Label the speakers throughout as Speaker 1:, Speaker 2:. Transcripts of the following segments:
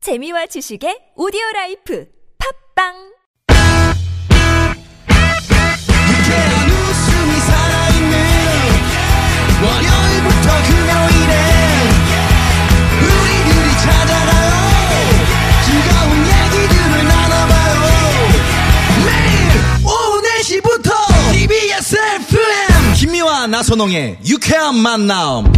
Speaker 1: 재미와 지식의 오디오 라이프 팝빵!
Speaker 2: 유쾌한 웃음이 살아있는 월요일부터 금요일에 우리들이 찾아가요 즐거운 얘기들을 나눠봐요 매일 오후 4시부터 TBS FM 김미와 나선홍의 유쾌한 만남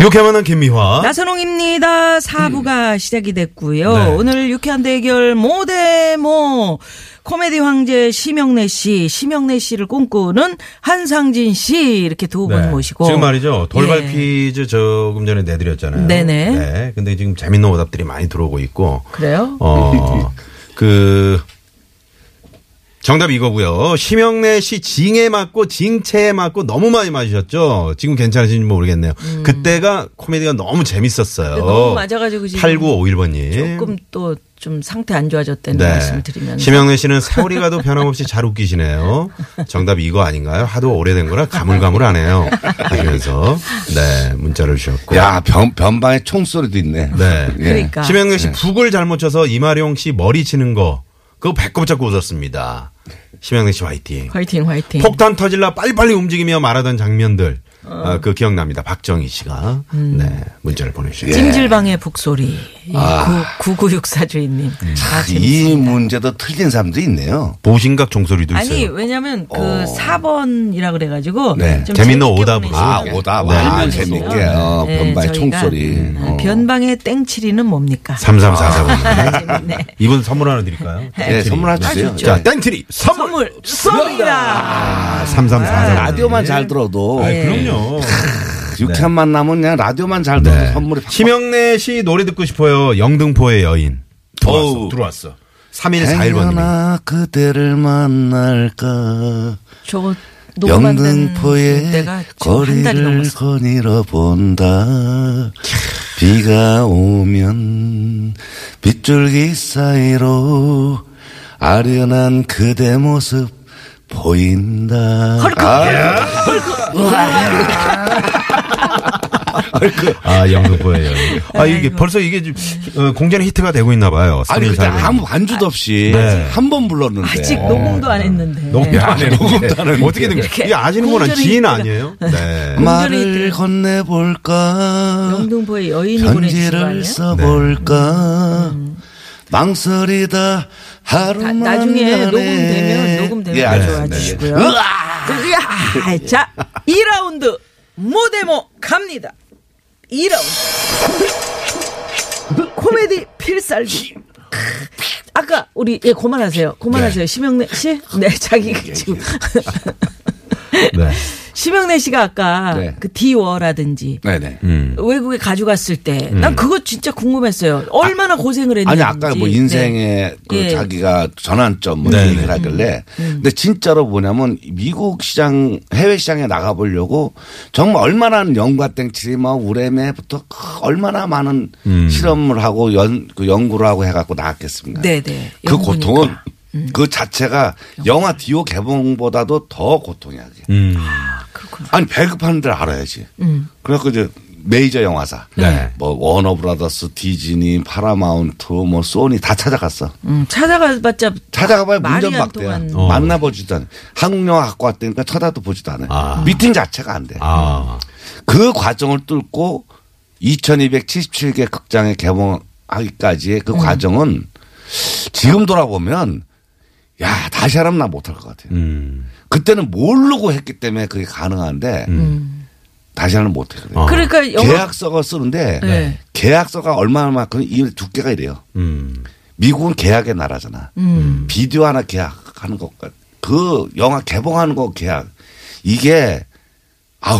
Speaker 3: 유쾌만한 김미화.
Speaker 4: 나선홍입니다. 4부가 시작이 됐고요.
Speaker 3: 어? 음. 네.
Speaker 4: 오늘 유쾌한 대결 모대모 코미디 황제 심영래 씨, 심영래 씨를 꿈꾸는 한상진 씨 이렇게 두 분
Speaker 3: 네.
Speaker 4: 모시고
Speaker 3: 지금 말이죠. 돌발
Speaker 4: 예.
Speaker 3: 퀴즈 조금 전에 내드렸잖아요.
Speaker 4: 네네.
Speaker 3: 네. 근데 지금 재밌는 오답들이 많이 들어오고 있고.
Speaker 4: 그래요?
Speaker 3: 어, 그, 정답 이거고요. 심영래 씨 징에 맞고 징체에 맞고 너무 많이 맞으셨죠? 지금 괜찮으신지 뭐 모르겠네요. 그때가 코미디가 너무 재밌었어요.
Speaker 4: 음. 근데 너무 맞아가지고 지금
Speaker 3: 8951번님.
Speaker 4: 조금 또 좀 상태 안 좋아졌다는 말씀을 드리면
Speaker 3: 네. 심영래 씨는 세월이 가도 변함없이 잘 웃기시네요. 정답 이거 아닌가요? 하도 오래된 거라 가물가물하네요. 하시면서 네 문자를 주셨고.
Speaker 5: 야, 변, 변방에 총소리도 있네.
Speaker 3: 네.
Speaker 5: 예.
Speaker 4: 그러니까
Speaker 3: 심영래 씨 북을 잘못 쳐서 이마룡 씨 머리 치는 거 그거 배꼽 잡고 웃었습니다. 심영래 씨 화이팅.
Speaker 4: 화이팅 화이팅.
Speaker 3: 폭탄 터질라 빨리빨리 움직이며 말하던 장면들 아, 그 기억납니다. 박정희 씨가
Speaker 4: 음.
Speaker 3: 네 문자를 보내주셨어요.
Speaker 5: 예.
Speaker 4: 찜질방의 북소리 이
Speaker 3: 아.
Speaker 4: 구, 9964 주인님.
Speaker 3: 음.
Speaker 4: 아,
Speaker 5: 이
Speaker 4: 재밌습니다.
Speaker 5: 문제도 틀린 사람도 있네요.
Speaker 3: 보신각 종소리도 있어요.
Speaker 4: 아니 왜냐면 그 4번이라 그래가지고
Speaker 5: 네.
Speaker 4: 좀
Speaker 3: 재밌는
Speaker 4: 재밌게
Speaker 3: 오답으로.
Speaker 4: 보내시면
Speaker 5: 아,
Speaker 3: 네.
Speaker 5: 오다. 와,
Speaker 4: 네.
Speaker 5: 재밌게. 어,
Speaker 4: 네,
Speaker 5: 변방의
Speaker 4: 저희가 아, 음,
Speaker 5: 총소리. 어.
Speaker 4: 변방의 땡칠이는 뭡니까?
Speaker 3: 3344번.
Speaker 4: 재밌네.
Speaker 3: 이분 선물 하나 드릴까요?
Speaker 5: 예, 선물 하시죠.
Speaker 4: 진짜.
Speaker 3: 자, 땡트리 선물.
Speaker 4: 선물 쏩니다.
Speaker 3: 아, 3344.
Speaker 5: 라디오만 예. 잘 들어도
Speaker 3: 네.
Speaker 5: 네.
Speaker 3: 아, 그럼요. 네.
Speaker 5: 유쾌한 만남은 그냥 라디오만 잘 들어도 선물이 팍
Speaker 3: 심영래 씨 노래 듣고 싶어요. 영등포의 여인. 들어왔어.
Speaker 5: 어우.
Speaker 3: 들어왔어. 3일 4일번님.
Speaker 5: 행여나 그대를 만날까
Speaker 4: 저거 녹음하는
Speaker 5: 영등포의
Speaker 4: 때가 지금 한 달이
Speaker 5: 거리를
Speaker 4: 넘었어.
Speaker 5: 거닐어 본다. 비가 오면 빗줄기 사이로 아련한 그대 모습 보인다. 아, 헐크,
Speaker 3: 아, 영등포의 여인. 아, 이게
Speaker 4: 아이고.
Speaker 3: 벌써 이게 지금, 어, 공전의 히트가 되고 있나 봐요.
Speaker 5: 아니
Speaker 3: 3일
Speaker 5: 근데
Speaker 3: 4일번님.
Speaker 5: 아무 반주도 없이
Speaker 3: 네.
Speaker 5: 한 번 불렀는데.
Speaker 4: 아직 녹음도 안 했는데. 네.
Speaker 3: 너무 미안해. 네.
Speaker 5: 녹음도 안 했는데.
Speaker 3: 어떻게 된 거야?
Speaker 4: 이렇게
Speaker 3: 이게 아시는 분은
Speaker 4: 공전의
Speaker 3: 지인
Speaker 4: 히트가-
Speaker 3: 아니에요? 네.
Speaker 5: 말을 건네볼까.
Speaker 4: 영등포의 여인이 보내주신 거 아니에요?
Speaker 5: 편지를 써볼까 망설이다
Speaker 4: 나-
Speaker 5: 하루만
Speaker 4: 나중에
Speaker 5: 안에.
Speaker 4: 녹음되면 녹음되면
Speaker 5: 예,
Speaker 4: 가져와
Speaker 5: 알겠습니다.
Speaker 4: 주시고요. 으아! 자, 2라운드 모데모 갑니다. 2라운드 코미디 필살기. 아까 우리 예 고만하세요. 고만하세요. 심영래 씨? 네, 자기
Speaker 5: 예,
Speaker 4: 가 지금
Speaker 3: 네.
Speaker 4: 심영래 씨가 아까
Speaker 5: 네.
Speaker 4: 그 디워라든지
Speaker 5: 네네 음.
Speaker 4: 외국에 가져갔을 때 난 그거 진짜 궁금했어요. 얼마나 고생을
Speaker 5: 아니
Speaker 4: 했는지.
Speaker 5: 아까 뭐
Speaker 4: 네.
Speaker 5: 인생의 그
Speaker 4: 예. 음.
Speaker 5: 자기가 전환점 뭐 이런
Speaker 3: 네네.
Speaker 5: 얘기를 하길래 근데 진짜로 뭐냐면 미국 시장 해외 시장에 나가보려고 정말 얼마나 연구와 땡칠이 뭐 우레메부터 그 얼마나 많은
Speaker 3: 음.
Speaker 5: 실험을 하고 연, 그 연구를 하고 해갖고 나왔겠습니까?
Speaker 4: 네, 네.
Speaker 5: 그 고통은
Speaker 4: 음.
Speaker 5: 그 자체가 영화 디오 개봉보다도 더 고통이야. 그게.
Speaker 3: 음.
Speaker 4: 그렇죠.
Speaker 5: 아니 배급하는 데를 알아야지.
Speaker 4: 음.
Speaker 5: 그래갖고 이제 메이저 영화사,
Speaker 3: 네.
Speaker 5: 뭐 워너브라더스, 디즈니, 파라마운트, 뭐 소니 다 찾아갔어.
Speaker 4: 음, 찾아가봤자
Speaker 5: 찾아가봐야
Speaker 4: 말이 안
Speaker 5: 문전박대야.
Speaker 4: 통하는.
Speaker 3: 어.
Speaker 5: 만나보지도 않아. 한국 영화 갖고 왔다니까 쳐다도 보지도 않아.
Speaker 3: 아.
Speaker 5: 요 미팅 자체가 안 돼.
Speaker 3: 아.
Speaker 5: 그 과정을 뚫고 2277개 극장에 개봉하기까지의
Speaker 4: 네.
Speaker 5: 그 과정은 지금 돌아보면 야 다시 하라면 나 못할 것 같아요.
Speaker 3: 음.
Speaker 5: 그때는 모르고 했기 때문에 그게 가능한데 다시 하면 못해 그래요.
Speaker 3: 어.
Speaker 4: 그러니까 음. 영화
Speaker 5: 계약서가 쓰는데
Speaker 4: 네.
Speaker 5: 계약서가 얼마만큼 이 두께가 이래요.
Speaker 3: 음.
Speaker 5: 미국은 계약의 나라잖아.
Speaker 4: 음.
Speaker 5: 비디오 하나 계약하는 것과 그 영화 개봉하는 거 계약 이게 아우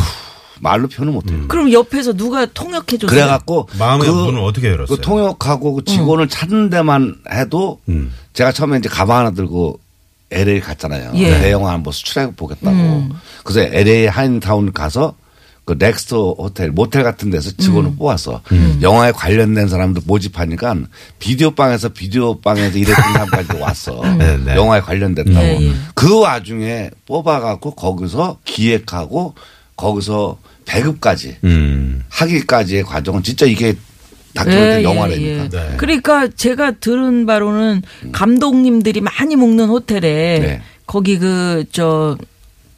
Speaker 5: 말로 표현을 못해요.
Speaker 4: 그럼 옆에서 누가 통역해 줬어요?
Speaker 5: 그래갖고
Speaker 3: 마음의 문을 어떻게 열었어요?
Speaker 5: 그 통역하고 그 직원을 찾는 데만 해도
Speaker 3: 음.
Speaker 5: 제가 처음에 이제 가방 하나 들고 LA 갔잖아요.
Speaker 4: 예.
Speaker 5: 내 영화 한번 수출해 보겠다고. 그래서 LA 하인타운 가서 그 넥스트 호텔 모텔 같은 데서 직원을 뽑아서
Speaker 3: 음.
Speaker 5: 영화에 관련된 사람들 모집하니까 비디오 방에서 비디오 방에서 일했던 사람까지 왔어.
Speaker 3: 네, 네.
Speaker 5: 영화에 관련됐다고.
Speaker 4: 예, 예.
Speaker 5: 그 와중에 뽑아갖고 거기서 기획하고 거기서 배급까지
Speaker 3: 음.
Speaker 5: 하기까지의 과정은 진짜 이게 다큐멘터리 영화라니까. 음.
Speaker 3: 네.
Speaker 4: 예, 그러니까 제가 들은 바로는 감독님들이 많이 묵는 호텔에
Speaker 5: 네.
Speaker 4: 거기 그 저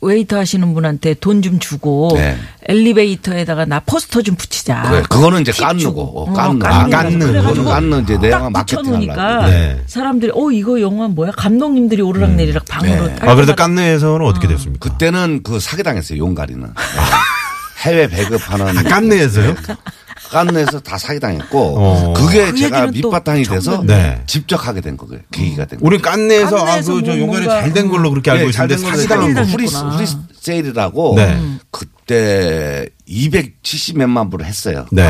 Speaker 4: 웨이터 하시는 분한테 돈 좀 주고
Speaker 5: 네.
Speaker 4: 엘리베이터에다가 나 포스터 좀 붙이자.
Speaker 5: 그래, 그거는 이제 깐누고,
Speaker 4: 고
Speaker 5: 어, 깐누.
Speaker 3: 아, 깐누.
Speaker 5: 그거는 깐누 이제 내가
Speaker 4: 딱
Speaker 5: 마케팅
Speaker 4: 붙여놓으니까
Speaker 5: 하려고.
Speaker 3: 네.
Speaker 4: 사람들이 어 이거 영화 뭐야? 감독님들이 오르락내리락 방으로.
Speaker 5: 네.
Speaker 3: 아, 그래도 깐내에서는 어떻게 됐습니까?
Speaker 5: 그때는 그 사기당했어요, 용가리는. 아, 해외 배급하는.
Speaker 3: 아, 깐내에서요?
Speaker 5: 깐에서 다 사기당했고
Speaker 3: 어.
Speaker 5: 그게
Speaker 4: 그
Speaker 5: 제가
Speaker 4: 얘기는 또
Speaker 5: 밑바탕이
Speaker 4: 처음
Speaker 5: 돼서
Speaker 3: 듣네. 네.
Speaker 5: 직접 하게 된 거예요. 계기가 된 거예요. 예,
Speaker 3: 우리 깐내에서, 아,
Speaker 4: 깐내에서
Speaker 3: 그, 저
Speaker 4: 뭐
Speaker 3: 용가리
Speaker 4: 뭔가-
Speaker 3: 잘 된 걸로 그렇게 알고 있는데 뭐. 사기당한 거.
Speaker 4: 사기당했구나.
Speaker 5: 프리 프리세일이라고
Speaker 3: 네. 음.
Speaker 5: 그때 270 몇만 불을 했어요.
Speaker 3: 네.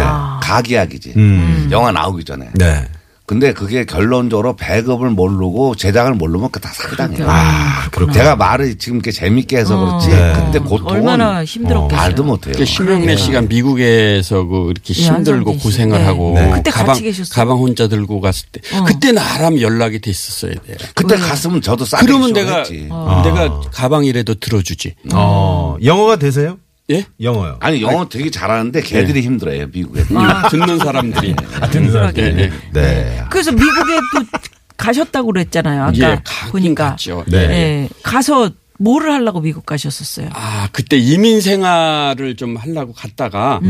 Speaker 5: 가계약이지.
Speaker 3: 음.
Speaker 5: 영화 나오기 전에.
Speaker 3: 네.
Speaker 5: 근데 그게 결론적으로 배급을 모르고 제작을 모르면 그 다 사기당해요.
Speaker 4: 그렇죠.
Speaker 3: 아, 그렇군요.
Speaker 5: 제가 말을 지금 이렇게 재밌게 해서 그렇지.
Speaker 3: 네.
Speaker 5: 그때 고통은
Speaker 4: 어. 얼마나 힘들었겠어요.
Speaker 5: 말도 못해요.
Speaker 6: 그러니까 신명래 씨가 미국에서 그 이렇게
Speaker 4: 네. 예,
Speaker 6: 힘들고
Speaker 4: 안정환 씨.
Speaker 6: 고생을
Speaker 4: 네.
Speaker 6: 하고
Speaker 4: 네. 그때 같이
Speaker 6: 가방
Speaker 4: 계셨어요. 어.
Speaker 6: 가방 혼자 들고 갔을 때 그때 나람 연락이 돼 있었어야 돼.
Speaker 5: 그때 갔으면 저도 싸게
Speaker 6: 그러면 내가
Speaker 5: 쇼했지.
Speaker 4: 어.
Speaker 6: 내가 가방이라도 들어주지.
Speaker 3: 어, 영어가 되세요?
Speaker 6: 예?
Speaker 3: 영어요.
Speaker 5: 아니 영어 되게 잘하는데 걔들이 힘들어요 미국에.
Speaker 4: 아.
Speaker 6: 듣는 사람들이.
Speaker 4: 네.
Speaker 3: 든든하게.
Speaker 6: 예, 예.
Speaker 3: 네.
Speaker 4: 그래서 미국에 또 가셨다고 그랬잖아요. 아까
Speaker 6: 예, 가긴
Speaker 4: 보니까
Speaker 6: 갔죠.
Speaker 3: 네.
Speaker 4: 예, 가서 뭐를 하려고 미국 가셨었어요.
Speaker 6: 아 그때 이민 생활을 좀 하려고 갔다가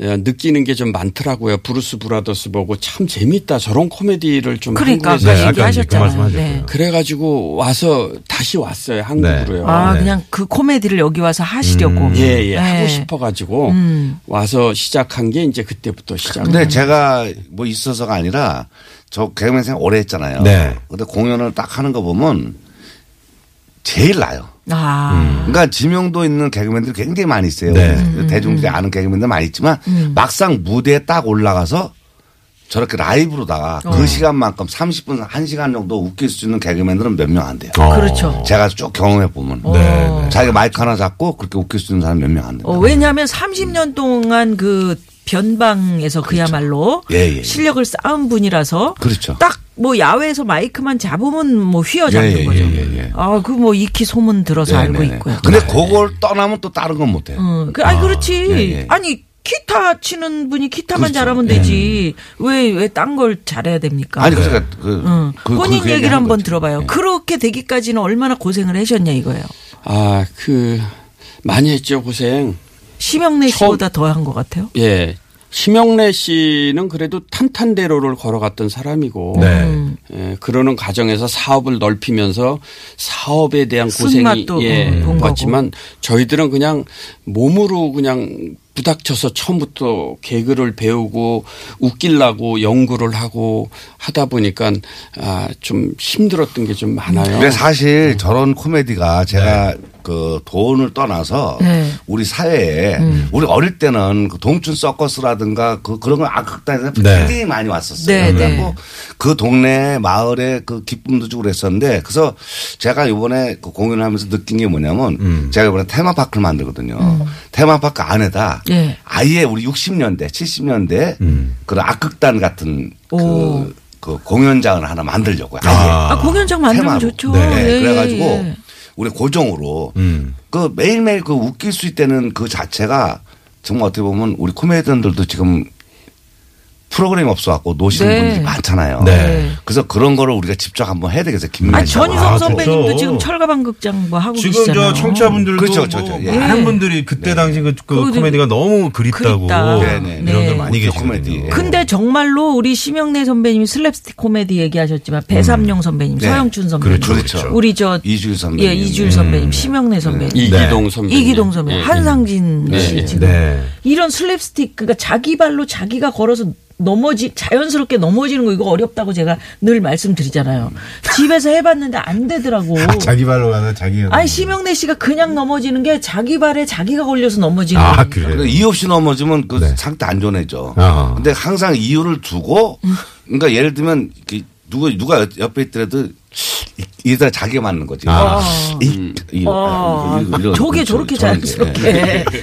Speaker 6: 예, 느끼는 게 좀 많더라고요. 브루스 브라더스 보고 참 재밌다. 저런 코미디를 좀
Speaker 4: 그러니까
Speaker 3: 네,
Speaker 6: 한국에서
Speaker 4: 가신
Speaker 3: 아까
Speaker 4: 게
Speaker 3: 이제 그
Speaker 4: 하셨잖아요.
Speaker 3: 말씀하셨고요.
Speaker 4: 네.
Speaker 6: 그래가지고 와서 다시 왔어요 한국으로요.
Speaker 4: 아
Speaker 5: 그러니까.
Speaker 3: 네.
Speaker 4: 그냥 그 코미디를 여기 와서 하시려고.
Speaker 5: 음,
Speaker 6: 예, 예.
Speaker 4: 네.
Speaker 6: 하고 싶어가지고 와서 시작한 게 이제 그때부터 시작.
Speaker 4: 음.
Speaker 5: 근데 제가 뭐 있어서가 아니라 저 개그맨 생활 오래 했잖아요.
Speaker 3: 네.
Speaker 5: 근데 공연을 딱 하는 거 보면 제일 나요.
Speaker 4: 아
Speaker 5: 그러니까 지명도 있는 개그맨들이 굉장히 많이 있어요. 음,
Speaker 3: 네.
Speaker 5: 대중들이 아는 개그맨들 많이 있지만
Speaker 4: 음.
Speaker 5: 막상 무대에 딱 올라가서 저렇게 라이브로다가
Speaker 4: 어.
Speaker 5: 그 시간만큼 30분, 1시간 정도 웃길 수 있는 개그맨들은 몇 명 안 돼요.
Speaker 3: 어.
Speaker 4: 그렇죠.
Speaker 5: 제가 쭉 경험해 보면
Speaker 3: 네, 네.
Speaker 5: 자기가 마이크 하나 잡고 그렇게 웃길 수 있는 사람 몇 명 안 돼요.
Speaker 4: 어, 왜냐하면 30년 동안 그 변방에서 그야말로
Speaker 5: 예, 예, 예.
Speaker 4: 실력을 쌓은 분이라서
Speaker 5: 그렇죠.
Speaker 4: 딱 뭐 야외에서 마이크만 잡으면 뭐 휘어잡는
Speaker 5: 예, 예,
Speaker 4: 거죠.
Speaker 5: 예, 예, 예.
Speaker 4: 아 그 뭐 익히 소문 들어서 알고
Speaker 5: 네네네.
Speaker 4: 있고요.
Speaker 5: 근데 그걸 떠나면 또 다른 건 못해요.
Speaker 4: 응. 그, 아니 그렇지.
Speaker 5: 예, 예.
Speaker 4: 아니 기타 치는 분이 기타만
Speaker 5: 그렇죠.
Speaker 4: 잘하면 되지. 왜 왜 딴 걸 잘해야 됩니까?
Speaker 3: 네.
Speaker 5: 아니 그러니까 그,
Speaker 4: 응.
Speaker 5: 그- 그-
Speaker 4: 본인
Speaker 5: 그
Speaker 4: 음. 얘기를
Speaker 5: 한
Speaker 4: 한번
Speaker 5: 거죠.
Speaker 4: 들어봐요.
Speaker 5: 예.
Speaker 4: 그렇게 되기까지는 얼마나 고생을 하셨냐 이거예요.
Speaker 6: 아, 그, 많이 했죠, 고생.
Speaker 4: 심영래
Speaker 6: 처음-
Speaker 4: 씨보다 더 한 것 같아요.
Speaker 6: 예. 심영래 씨는 그래도 탄탄대로를 걸어갔던 사람이고.
Speaker 3: 네.
Speaker 6: 예, 그러는 과정에서 사업을 넓히면서 사업에 대한 고생이
Speaker 4: 쓴맛도
Speaker 6: 예,
Speaker 4: 본 거고.
Speaker 6: 봤지만 저희들은 그냥 몸으로 그냥 부닥쳐서 처음부터 개그를 배우고 웃기려고 연구를 하고 하다 보니까 아, 좀 힘들었던 게 좀 많아요. 네.
Speaker 5: 근데 네, 사실 저런 코미디가 제가 그 돈을 떠나서
Speaker 4: 네. 음.
Speaker 5: 우리 사회에 우리 어릴 때는 그 동춘 서커스라든가 그 그런 걸 악극단에서
Speaker 3: 네.
Speaker 5: 굉장히 많이 왔었어요.
Speaker 4: 네,
Speaker 5: 그래갖고
Speaker 4: 네.
Speaker 5: 그 동네 마을에 그 기쁨도 주고 그랬었는데 그래서 제가 이번에 그 공연을 하면서 느낀 게 뭐냐면
Speaker 6: 음.
Speaker 5: 제가 이번에 테마파크를 만들거든요. 테마파크 안에다
Speaker 4: 음. 예.
Speaker 5: 아예 우리 60년대, 70년대
Speaker 6: 음.
Speaker 5: 그런 악극단 같은
Speaker 4: 오.
Speaker 5: 그, 그 공연장을 하나 만들려고요. 아예.
Speaker 4: 아, 공연장 만들면
Speaker 5: 테마로.
Speaker 4: 좋죠.
Speaker 5: 네,
Speaker 4: 예, 예,
Speaker 5: 그래가지고
Speaker 4: 예.
Speaker 5: 우리 고정으로
Speaker 3: 음.
Speaker 5: 그 매일매일 그 웃길 수 있다는 그 자체가 정말 어떻게 보면 우리 코미디언들도 지금 프로그램이 없어갖고 노시는
Speaker 4: 네.
Speaker 5: 분들이 많잖아요.
Speaker 3: 네.
Speaker 4: 그래서
Speaker 5: 그래서 그런 거를 우리가 직접 한번 해야 되겠어요. 김민아
Speaker 4: 아
Speaker 5: 씨하고.
Speaker 4: 전희성
Speaker 3: 아,
Speaker 4: 선배님도
Speaker 3: 그렇죠.
Speaker 4: 지금 철가방 극장 뭐 하고
Speaker 3: 지금
Speaker 4: 계시잖아요.
Speaker 3: 저 청취자분들도
Speaker 5: 그렇죠,
Speaker 3: 뭐
Speaker 5: 그렇죠. 예.
Speaker 4: 예.
Speaker 3: 많은 분들이 그때 당시 그, 그
Speaker 4: 그거 좀
Speaker 3: 코미디가 너무 그립다고
Speaker 4: 그립다.
Speaker 5: 네, 네.
Speaker 3: 이런 분들 많이
Speaker 5: 네.
Speaker 3: 계시거든요.
Speaker 5: 코미디.
Speaker 4: 근데 정말로 우리 심영래 선배님이 슬랩스틱 코미디 얘기하셨지만 배삼룡 선배님,
Speaker 5: 네.
Speaker 4: 서영춘 선배님,
Speaker 5: 그렇죠, 그렇죠.
Speaker 4: 우리 저
Speaker 5: 이주일 선배님. 음.
Speaker 4: 예, 이주일 선배님, 심영래 선배님,
Speaker 5: 네.
Speaker 6: 이기동 예. 선배.
Speaker 4: 이기동 선배,
Speaker 5: 예,
Speaker 4: 님 한상진
Speaker 6: 네,
Speaker 4: 씨
Speaker 6: 예.
Speaker 4: 지금
Speaker 3: 네.
Speaker 4: 이런 슬랩스틱 그러니까 자기 발로 자기가 걸어서 넘어지 자연스럽게 넘어지는 거 이거 어렵다고 제가 늘 말씀드리잖아요. 집에서 해봤는데 안 되더라고.
Speaker 3: 자기 발로 가서 자기.
Speaker 4: 아니 심영래 씨가 그냥 넘어지는 게 자기 발에 자기가 걸려서 넘어지는
Speaker 3: 아,
Speaker 4: 거예요.
Speaker 5: 그러니까
Speaker 3: 그래요?
Speaker 5: 이유 없이 넘어지면 그
Speaker 3: 네.
Speaker 5: 상태 안 좋아져.
Speaker 3: 아하.
Speaker 5: 근데 항상 이유를 두고 그러니까 예를 들면 이렇게 누가 누가 옆- 옆에 있더라도 이- 이다 자기 맞는 거지.
Speaker 3: 아.
Speaker 5: 아, 이, 이,
Speaker 4: 음.
Speaker 5: 아,
Speaker 4: 어,
Speaker 5: 이거- 이거-
Speaker 4: 저게
Speaker 5: 이거-
Speaker 4: 저렇게
Speaker 5: 저런 게. 예.
Speaker 4: 자연스럽게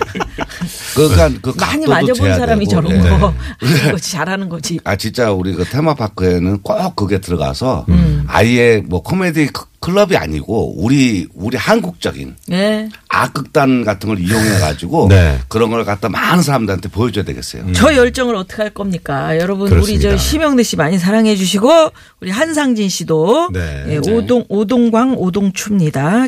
Speaker 5: 그러니까 그
Speaker 4: 많이
Speaker 5: 각도도
Speaker 4: 맞아본
Speaker 5: 재야
Speaker 4: 사람이
Speaker 5: 되고.
Speaker 4: 저런
Speaker 5: 예.
Speaker 4: 거 하는 거지 잘하는 거지.
Speaker 3: 음.
Speaker 5: 아 진짜 우리 그 테마파크에는 꼭 그게 들어가서 아예 뭐 코미디 그- 클럽이 아니고 우리 우리 한국적인
Speaker 4: 예.
Speaker 5: 악극단 같은 걸 이용해 가지고
Speaker 3: 네.
Speaker 5: 그런 걸 갖다 많은 사람들한테 보여줘야 되겠어요.
Speaker 4: 저 열정을 어떻게 할 겁니까? 여러분
Speaker 3: 그렇습니다.
Speaker 4: 우리 저 심영래 씨 많이 사랑해 주시고 우리 한상진 씨도
Speaker 3: 네.
Speaker 4: 예, 오동 오동광 오동추입니다.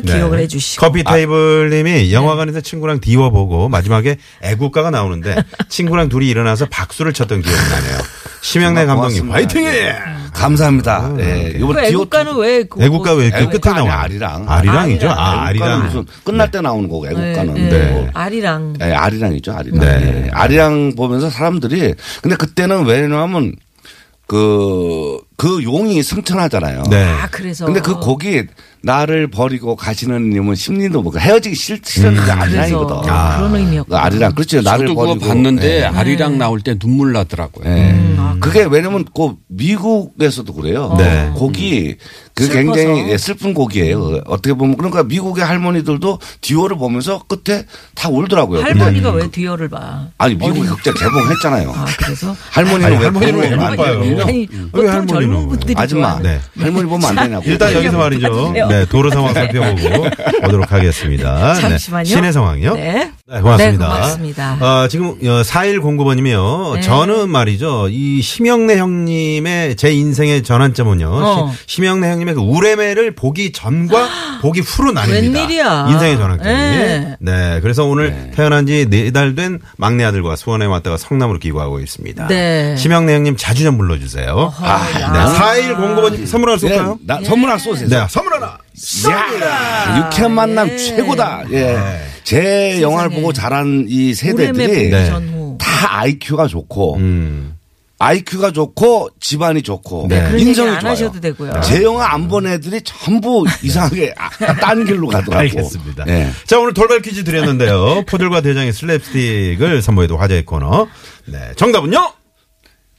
Speaker 5: 네.
Speaker 4: 기억을 해 주시고 아. 네.
Speaker 3: 커피 테이블님이 영화관에서 친구랑 디워 보고 마지막에 애국가가 나오는데 친구랑 둘이 일어나서 박수를 쳤던 기억이 나네요.
Speaker 5: 정말
Speaker 3: 심영래 감독님
Speaker 5: 고맙습니다. 예.
Speaker 3: 화이팅해!
Speaker 5: 감사합니다. 예.
Speaker 4: 그
Speaker 5: 요번
Speaker 4: 애국가는 왜 그-
Speaker 3: 애국가 왜 이렇게
Speaker 5: 애국가
Speaker 3: 끝에
Speaker 5: 아니야,
Speaker 3: 나와요?
Speaker 5: 아리랑.
Speaker 3: 아리랑이죠? 아,
Speaker 5: 아리랑
Speaker 3: 아리랑.
Speaker 5: 무슨 끝날 때 나오는 거고
Speaker 4: 예,
Speaker 5: 애국가는
Speaker 4: 예,
Speaker 3: 네.
Speaker 5: 뭐.
Speaker 4: 아리랑
Speaker 5: 예, 아리랑이죠, 아리랑.
Speaker 3: 네.
Speaker 5: 예, 아리랑 보면서 사람들이 근데 그때는 왜냐하면 그, 그 용이 승천하잖아요.
Speaker 3: 네.
Speaker 4: 아 그래서
Speaker 5: 근데 그 곡이 나를 버리고 가시는 님은 심리도 뭐 헤어지기 싫, 싫은 게 아리랑이거든.
Speaker 4: 음, 그래서 그런 의미였구나.
Speaker 5: 그 아리랑. 그렇죠. 나를
Speaker 6: 저도 그거
Speaker 5: 버리고. 네.
Speaker 6: 봤는데 아리랑 나올 때 눈물 나더라고요.
Speaker 5: 예. 그게 왜냐면 그 미국에서도 그래요.
Speaker 3: 음. 네.
Speaker 5: 곡이 그
Speaker 4: 슬퍼서.
Speaker 5: 굉장히 예, 슬픈 곡이에요. 어떻게 보면 그러니까 미국의 할머니들도 디오를 보면서 끝에 다 울더라고요.
Speaker 4: 할머니가 왜
Speaker 5: 음.
Speaker 4: 뒤열을 봐?
Speaker 5: 아니 미국 극장 개봉했잖아요.
Speaker 4: 아 그래서
Speaker 5: 할머니는
Speaker 3: 아니,
Speaker 5: 왜
Speaker 3: 할머니는
Speaker 5: 보면
Speaker 3: 왜
Speaker 5: 안
Speaker 3: 못 봐요?
Speaker 5: 돼요?
Speaker 4: 아니
Speaker 3: 왜
Speaker 4: 보통
Speaker 3: 할머니는
Speaker 4: 젊은
Speaker 3: 왜?
Speaker 4: 분들이
Speaker 5: 아줌마
Speaker 4: 좋아하는
Speaker 3: 네.
Speaker 5: 할머니 보면 안 되냐고.
Speaker 3: 일단 여기서 말이죠.
Speaker 4: 받으세요.
Speaker 3: 네, 도로 상황 살펴보고 오도록 하겠습니다.
Speaker 4: 잠시만요.
Speaker 3: 네, 시내 상황이요.
Speaker 4: 네.
Speaker 3: 네, 고맙습니다.
Speaker 4: 네, 고맙습니다.
Speaker 3: 어, 지금 4109번님이요.
Speaker 4: 네.
Speaker 3: 저는 말이죠. 이 심영래 형님의 제 인생의 전환점은요.
Speaker 4: 어.
Speaker 3: 시- 심영래 형님의 그 우레메를 보기 전과 보기 후로 나뉩니다.
Speaker 4: 아, 웬일이야.
Speaker 3: 인생의 전환점이.
Speaker 4: 네.
Speaker 3: 네. 그래서 오늘 태어난 지 네 달 된 막내 아들과 수원에 왔다가 성남으로 귀국하고 있습니다.
Speaker 4: 네.
Speaker 3: 심영래 형님 자주 좀 불러주세요. 아, 네. 4109번님 선물할 수 있을까요?
Speaker 5: 예, 나 선물 하나 쏘세요.
Speaker 3: 네, 선물 하나.
Speaker 5: 야, 유쾌한 만남 최고다. 예. 제 영화를 보고 자란 이 세대들이
Speaker 4: 우레메
Speaker 3: 네.
Speaker 4: 전후
Speaker 5: 다 IQ가 좋고
Speaker 3: 음.
Speaker 5: IQ가 좋고 집안이 좋고
Speaker 3: 네.
Speaker 4: 그런
Speaker 5: 인성이
Speaker 4: 얘기 안
Speaker 5: 좋아요.
Speaker 4: 하셔도 되고요.
Speaker 5: 제 영화 안 본 애들이 전부 이상하게 아, 딴 길로
Speaker 4: 네.
Speaker 5: 가더라고.
Speaker 3: 네. 알겠습니다.
Speaker 5: 예.
Speaker 3: 자, 오늘 돌발 퀴즈 드렸는데요. 포들과 대장의 슬랩스틱을 선보이도 화제의 코너. 네, 정답은요?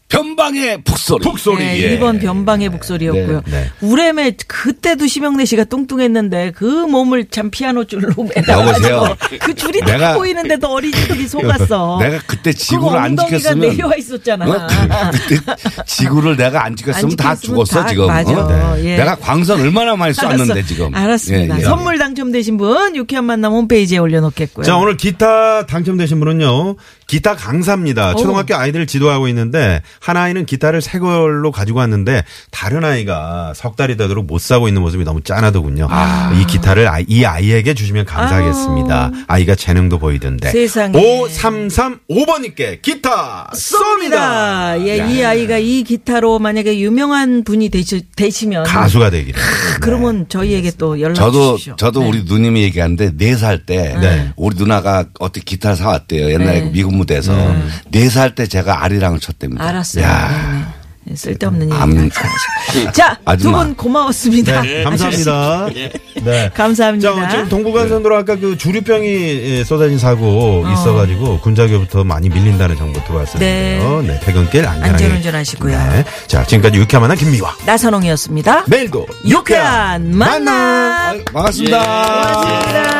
Speaker 5: 변방의 북소리.
Speaker 3: 북소리.
Speaker 4: 네,
Speaker 3: 예.
Speaker 4: 1번 변방의 목소리였고요.
Speaker 3: 네, 네.
Speaker 4: 우렘에 그때도 심영래 씨가 뚱뚱했는데 그 몸을 참 피아노 줄로
Speaker 5: 여보세요?
Speaker 4: 매달아서 그 줄이
Speaker 5: 내가-
Speaker 4: 딱 보이는데도 어린이들이 속았어.
Speaker 5: 내가 그때 지구를 안
Speaker 4: 엉덩이가
Speaker 5: 지켰으면
Speaker 4: 내려와 있었잖아.
Speaker 5: 어? 그- 그때 지구를 내가 안 지켰으면
Speaker 4: 안
Speaker 5: 다
Speaker 4: 지켰으면
Speaker 5: 죽었어
Speaker 4: 다-
Speaker 5: 지금.
Speaker 4: 맞아.
Speaker 5: 어?
Speaker 3: 네.
Speaker 4: 예.
Speaker 5: 내가 광선 얼마나 많이 쐈는데 지금.
Speaker 4: 알았습니다.
Speaker 5: 예, 예.
Speaker 4: 선물 당첨되신 분 유쾌한 만남 홈페이지에 올려놓겠고요.
Speaker 3: 자, 오늘 기타 당첨되신 분은요, 기타 강사입니다. 초등학교 아이들을 지도하고 있는데, 한 아이는 기타를 새 걸로 가지고 왔는데, 다른 아이가 석 달이 되도록 못 사고 있는 모습이 너무 짠하더군요.
Speaker 4: 아.
Speaker 3: 이 기타를 아이- 이 아이에게 주시면 감사하겠습니다. 아이가 재능도 보이던데.
Speaker 4: 세상에.
Speaker 3: 5335번님께 기타 쏩니다!
Speaker 4: 쏩니다. 예, 이 아이가 이 기타로 만약에 유명한 분이 되시, 되시면
Speaker 3: 가수가 되기를.
Speaker 4: 그러면 저희에게 또 연락
Speaker 5: 저도
Speaker 4: 주십시오.
Speaker 5: 저도
Speaker 4: 음. 네.
Speaker 5: 우리 누님이 얘기하는데 네 살 때
Speaker 3: 네.
Speaker 5: 우리 누나가 어떻게 기타를 사왔대요 옛날에 그 미국 무대에서 네 살 때 제가 아리랑을 쳤답니다.
Speaker 4: 알았어요.
Speaker 5: 야,
Speaker 4: 네, 네. 쓸데없는 얘기.
Speaker 5: 암-
Speaker 4: 자, 두
Speaker 5: 아줌마.
Speaker 4: 분 고마웠습니다.
Speaker 3: 네, 감사합니다. 네.
Speaker 4: 감사합니다.
Speaker 3: 자, 지금 동부간선도로 아까 그 주류병이 예, 쏟아진 사고 있어가지고 군자교부터 많이 밀린다는 정보 들어왔었는데요. 네. 퇴근길 안전하게.
Speaker 4: 안전운전 하시고요.
Speaker 3: 네. 자, 지금까지 유쾌한 만남 김미화. 네.
Speaker 4: 나선홍이었습니다.
Speaker 3: 내일도
Speaker 4: 유쾌한 만남.
Speaker 5: 반갑습니다.
Speaker 4: 고맙습니다.